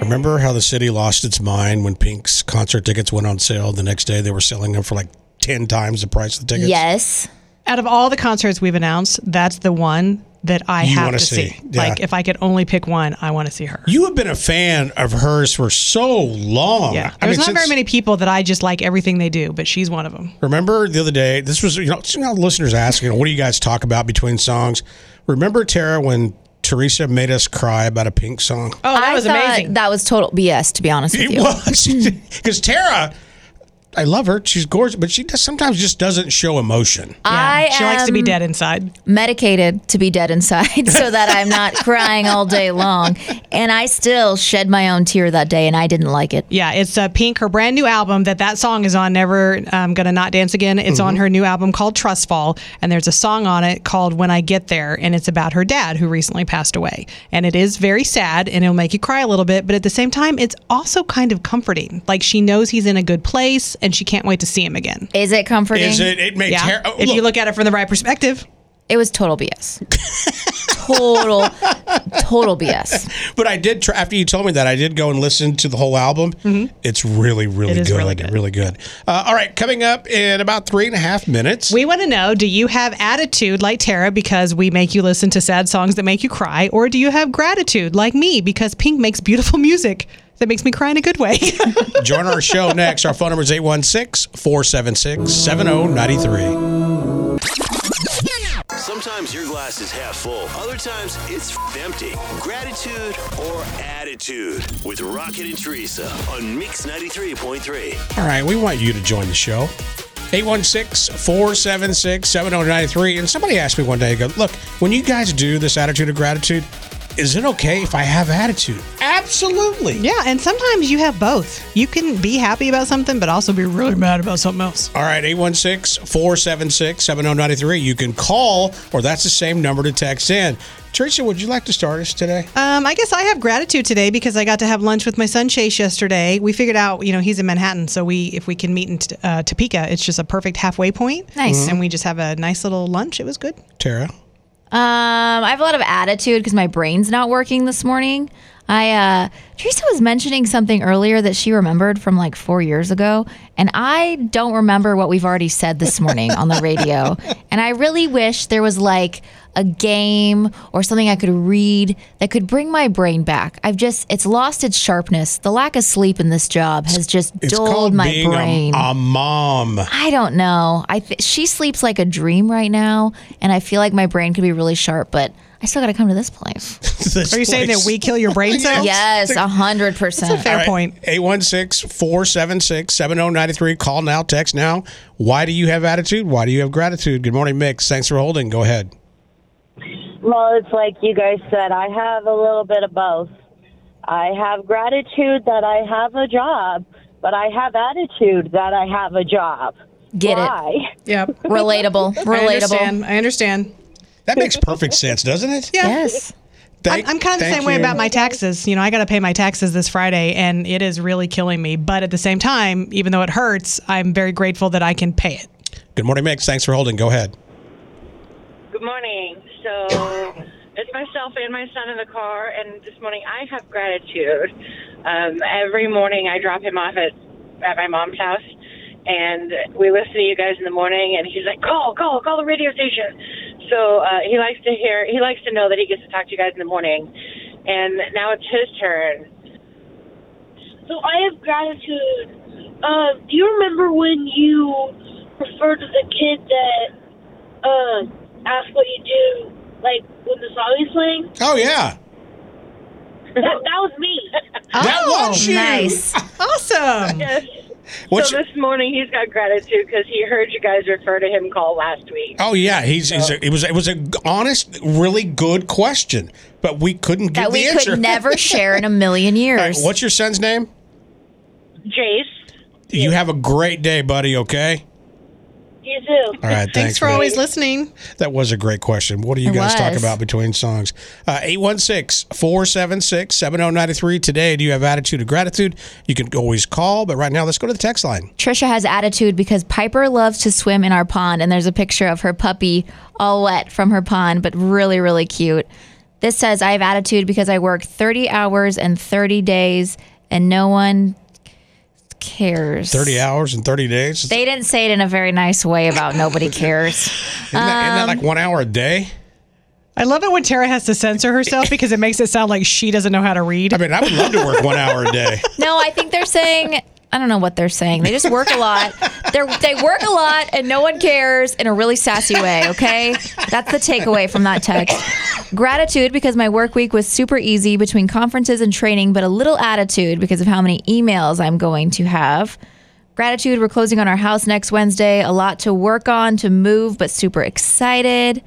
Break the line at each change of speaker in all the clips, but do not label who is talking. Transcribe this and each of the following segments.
Remember how the city lost its mind when Pink's concert tickets went on sale the next day? They were selling them for like 10 times the price of the tickets.
Yes.
Out of all the concerts we've announced, that's the one that I
You
have
wanna
to see.
see, yeah.
Like, if I could only pick one, I want to see her.
You have been a fan of hers for so long.
yeah,
I
there's
mean,
not very
since-
many people that I just like everything they do, but she's one of them.
Remember the other day, this was, you know, you know, listeners asking, what do you guys talk about between songs? Remember, Tara, when Teresa made us cry about a pink song?
Oh, that
I
was
thought
amazing.
That was total BS, to be honest with
It
you.
was. Because Tara, I love her. She's gorgeous, but she does, sometimes just doesn't show emotion.
I um,
she likes to be
am-
dead inside.
medicated to be dead inside so that I'm not crying all day long. And I still shed my own tear that day, and I didn't like it.
Yeah, it's uh, Pink, her brand new album that that song is on, Never um, Gonna Not Dance Again. It's on her new album called Trustfall, and there's a song on it called When I Get There, and it's about her dad who recently passed away. And it is very sad, and it'll make you cry a little bit, but at the same time, it's also kind of comforting. Like she knows he's in a good place, and she can't wait to see him again.
Is it comforting?
Is it? It made
Yeah,
Tara. oh,
if you look at it from the right perspective.
It was total BS. total, total BS.
But I did try, after you told me that I did go and listen to the whole album. It's really, really
Mm-hmm. It is
good.
really good.
Really good. Uh, all right, coming up in about three and a half minutes.
We want to know do you have attitude like Tara because we make you listen to sad songs that make you cry, or do you have gratitude like me because Pink makes beautiful music that makes me cry in a good way?
Join our show next. Our phone number is 816 476 7093.
Sometimes your glass is half full, other times it's f- empty. Gratitude or attitude with Rocket and Teresa on Mix 93.3.
All right, we want you to join the show. 816 476 7093. And somebody asked me one day, go, look, when you guys do this attitude of gratitude, is it okay if I have attitude? Absolutely.
yeah, and sometimes you have both. You can be happy about something, but also be really mad about something else.
All right, 816 476 7093. You can call, or that's the same number to text in. Teresa, would you like to start us today?
Um, I guess I have gratitude today because I got to have lunch with my son Chase yesterday. We figured out, you know, he's in Manhattan, so we if we can meet in uh, Topeka, it's just a perfect halfway point.
Nice. Mhm.
and we just have a nice little lunch. It was good.
Tara?
Um, I have a lot of attitude because my brain's not working this morning. I uh, Teresa was mentioning something earlier that she remembered from like four years ago, and I don't remember what we've already said this morning on the radio. And I really wish there was like a game or something I could read that could bring my brain back. I've just it's lost its sharpness. The lack of sleep in this job has just dulled my
being a-
brain.
A, mom.
I don't know. I th- she sleeps like a dream right now, and I feel like my brain could be really sharp, but I still got to come to this place.
Are you saying that we kill your brain cells?
yes, a hundred percent.
Fair point.
816 476 7093. Call now, text now. Why do you have attitude? Why do you have gratitude? Good morning, Mix. Thanks for holding. Go ahead.
Well, it's like you guys said, I have a little bit of both. I have gratitude that I have a job, but I have attitude that I have a job.
Get
Why?
Yep.
it? Relatable.
I
Relatable.
understand. I understand.
That makes perfect sense, doesn't it?
Yeah.
Yes.
I'm,
Thank-
I'm kind of the
thank
same way
you.
about my taxes. You know, I got to pay my taxes this Friday, and it is really killing me. But at the same time, even though it hurts, I'm very grateful that I can pay it.
Good morning, Mix. Thanks for holding. Go ahead.
Good morning. So it's myself and my son in the car, and this morning I have gratitude. Um, every morning I drop him off at at my mom's house, and we listen to you guys in the morning. And he's like, "Call, call, call the radio station." So uh, he likes to hear. He likes to know that he gets to talk to you guys in the morning. And now it's his turn.
So I have gratitude. Uh, do you remember when you referred to the kid that uh, asked what you do, like when the song is playing?
Oh, yeah.
That, that was me.
Oh,
That was you.
Oh, nice.
Awesome.
Yes.
What's
so this morning he's got gratitude because he heard you guys refer to him call last week.
Oh yeah, he's, he's a, it was it was a honest, really good question, but we couldn't get
That
the
we
answer.
could never share in a million
All right,
years.
what's your son's name?
Jace.
You have a great day, buddy. Okay.
you too.
All right. Thanks,
Thanks for
man.
always listening.
That was a great question. What do you
It
guys talk
was.
about between songs? Uh, 816 476 7093. Today, do you have attitude of gratitude? You can always call, but right now, let's go to the text line.
Trisha has attitude because Piper loves to swim in our pond, and there's a picture of her puppy all wet from her pond, but really, really cute. This says, I have attitude because I work 30 hours and 30 days and no one cares.
30 hours and 30 days? Isn't
They didn't say it in a very nice way about nobody cares.
that, isn't that
um,
like one hour a day?
I love it when Tara has to censor herself because it makes it sound like she doesn't know how to read.
I mean, I would love to work one hour a day.
No, I think they're saying. I don't know what they're saying. They just work a lot. They they work a lot, and no one cares in a really sassy way. Okay, that's the takeaway from that text. Gratitude because my work week was super easy between conferences and training, but a little attitude because of how many emails I'm going to have. Gratitude, we're closing on our house next Wednesday. A lot to work on, to move, but super excited.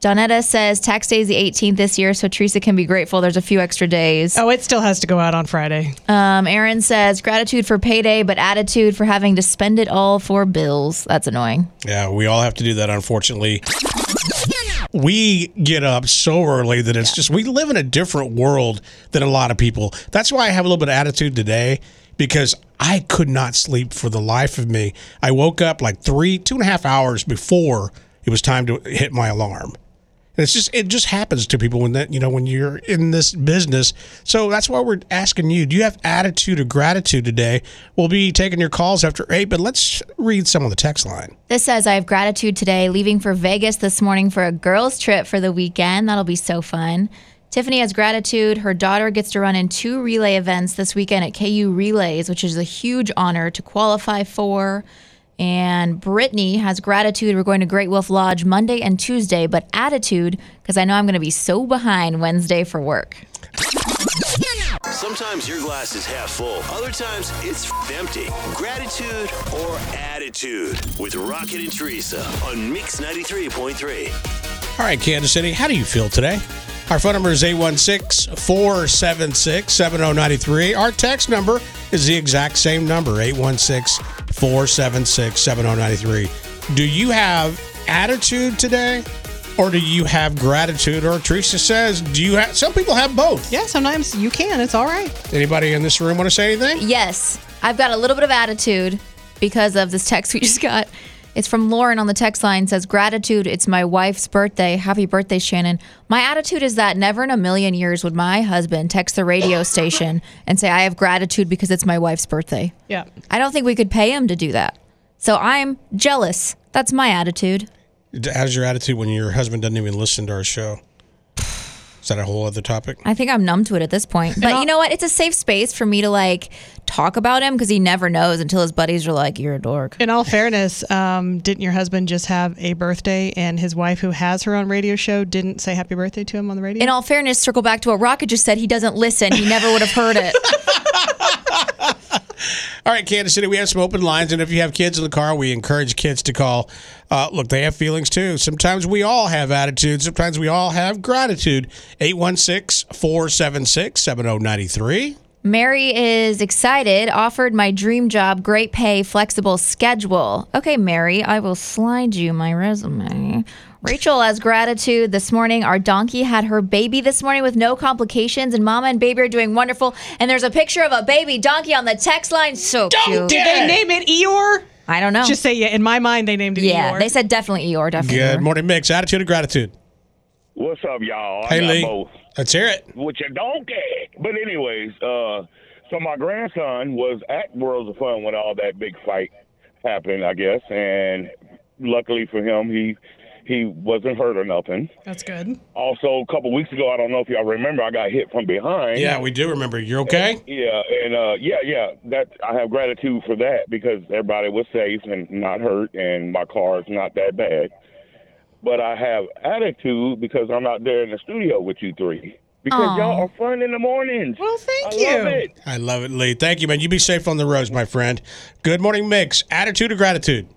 Donetta says tax day is the 18th this year, so Teresa can be grateful. There's a few extra days.
oh, it still has to go out on Friday.
Um, Aaron says gratitude for payday, but attitude for having to spend it all for bills. That's annoying.
Yeah, we all have to do that, unfortunately. We get up so early that it's just, we live in a different world than a lot of people. That's why I have a little bit of attitude today because I could not sleep for the life of me. I woke up like three, two and a half hours before it was time to hit my alarm. And it's just, it just happens to people when that, you know, when you're in this business. So that's why we're asking you do you have attitude or gratitude today? We'll be taking your calls after eight, but let's read some of the text line.
This says I have gratitude today, leaving for Vegas this morning for a girls' trip for the weekend. That'll be so fun. Tiffany has gratitude. Her daughter gets to run in two relay events this weekend at KU Relays, which is a huge honor to qualify for. And Brittany has gratitude. We're going to Great Wolf Lodge Monday and Tuesday, but attitude because I know I'm going to be so behind Wednesday for work.
Sometimes your glass is half full, other times it's f- empty. Gratitude or attitude with Rocket and Teresa on Mix 93.3.
All right, Kansas City, how do you feel today? Our phone number is 816 476 7093. Our text number is the exact same number 816 476 7093. Do you have attitude today? Or do you have gratitude? Or Teresa says, do you have? Some people have both.
Yeah, sometimes you can. It's all right.
Anybody in this room want to say anything?
Yes, I've got a little bit of attitude because of this text we just got. It's from Lauren on the text line says gratitude. It's my wife's birthday. Happy birthday, Shannon. My attitude is that never in a million years would my husband text the radio station and say I have gratitude because it's my wife's birthday.
Yeah.
I don't think we could pay him to do that. So I'm jealous. That's my attitude.
How's your attitude when your husband doesn't even listen to our show? Is that a whole other topic?
I think I'm numb to it at this point. But you know what? It's a safe space for me to like talk about him because he never knows until his buddies are like, "You're a dork."
In all fairness, um, didn't your husband just have a birthday and his wife, who has her own radio show, didn't say happy birthday to him on the radio?
in all fairness, circle back to what Rocket just said. He doesn't listen. He never would have heard it.
All right, Kansas City, we have some open lines, and if you have kids in the car, we encourage kids to call. Uh, look, they have feelings too. Sometimes we all have attitude. Sometimes we all have gratitude. 816 476 7093.
Mary is excited. Offered my dream job, great pay, flexible schedule. Okay, Mary, I will slide you my resume. Rachel has gratitude this morning. Our donkey had her baby this morning with no complications, and mama and baby are doing wonderful. And there's a picture of a baby donkey on the text line. So cute.
Did they name it Eeyore?
I don't know.
Just say yeah. In my mind, they named it
yeah,
Eeyore.
they said definitely Eeyore, definitely.
Good
Eeyore.
morning, Mix. Attitude of gratitude.
What's up, y'all? I
Hey,
got
Lee.
both
Let's hear it.
with your donkey. But anyways, uh, so my grandson was at Worlds of Fun when all that big fight happened, I guess, and luckily for him, he he wasn't hurt or nothing.
That's good.
Also, a couple weeks ago, I don't know if y'all remember, I got hit from behind.
Yeah, we do remember. You're okay?
Yeah, and uh, yeah, yeah. That I have gratitude for that because everybody was safe and not hurt, and my car is not that bad. But I have attitude because I'm not there in the studio with you three because
Aw.
y'all are fun in the mornings.
Well, thank
I
you.
love it.
I love it, Lee. Thank you, man. You be safe on the roads, my friend. Good morning, Mix. Attitude of gratitude.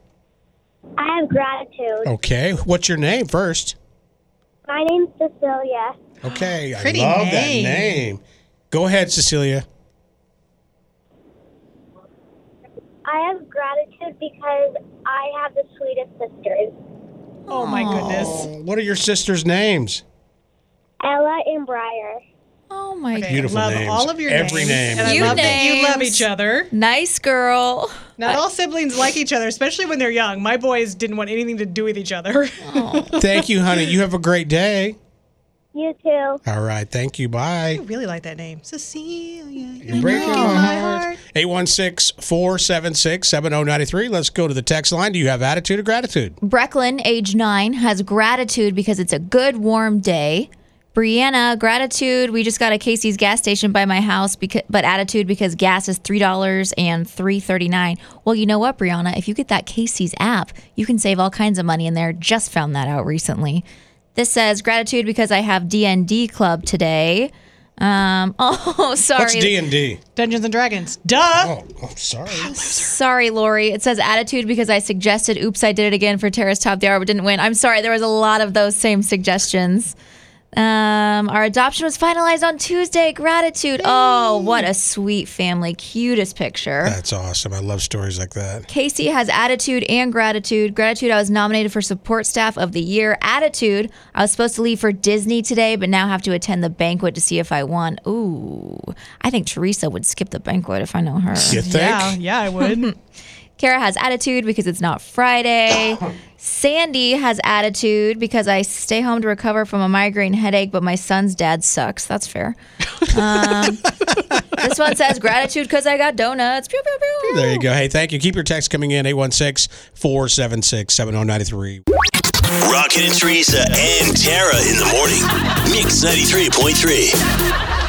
I have gratitude.
Okay. What's your name first?
My name's Cecilia.
Okay.
Pretty
I love that
name.
name. Go ahead, Cecilia.
I have gratitude because I have the sweetest sisters,
Oh my goodness.
What are your sisters' names?
Ella and Briar.
Oh my
Okay,
god.
Beautiful
love
names.
all of your
Every
names.
name.
And I
You
love that you
names.
love each other.
Nice girl.
Not all siblings like each other, especially when they're young. My boys didn't want anything to do with each other.
Thank you, honey. You have a great day.
You too.
All right. Thank you. Bye.
I really like that name. Cecilia.
You're breaking
Oh,
my heart. 816 476 7093. Let's go to the text line. Do you have attitude or gratitude?
Brecklin, age nine, has gratitude because it's a good warm day. Brianna, gratitude. We just got a Casey's gas station by my house, because, but attitude because gas is three dollars and three thirty nine. Well, you know what, Brianna? If you get that Casey's app, you can save all kinds of money in there. Just found that out recently. This says gratitude because I have DND club today. Um, oh, sorry.
What's D&D?
Dungeons and Dragons. Duh.
Oh, I'm sorry.
Sorry, Lori. It says attitude because I suggested Oops, I Did It Again for Terrace Top the Hour, but didn't win. I'm sorry. There was a lot of those same suggestions. Um, our adoption was finalized on Tuesday. Gratitude. Oh, what a sweet family. Cutest picture.
That's awesome. I love stories like that.
Casey has attitude and gratitude. Gratitude, I was nominated for support staff of the year. Attitude, I was supposed to leave for Disney today, but now have to attend the banquet to see if I won. Ooh, I think Teresa would skip the banquet if I know her.
You think?
Yeah, yeah, I would.
Kara has attitude because it's not Friday. Sandy has attitude because I stay home to recover from a migraine headache, but my son's dad sucks. That's fair. Um, this one says gratitude because I got donuts. Pew, pew, pew.
There you go. Hey, thank you. Keep your text coming in 816 476 7093.
Rocket and Teresa and Tara in the morning. Mix 93.3.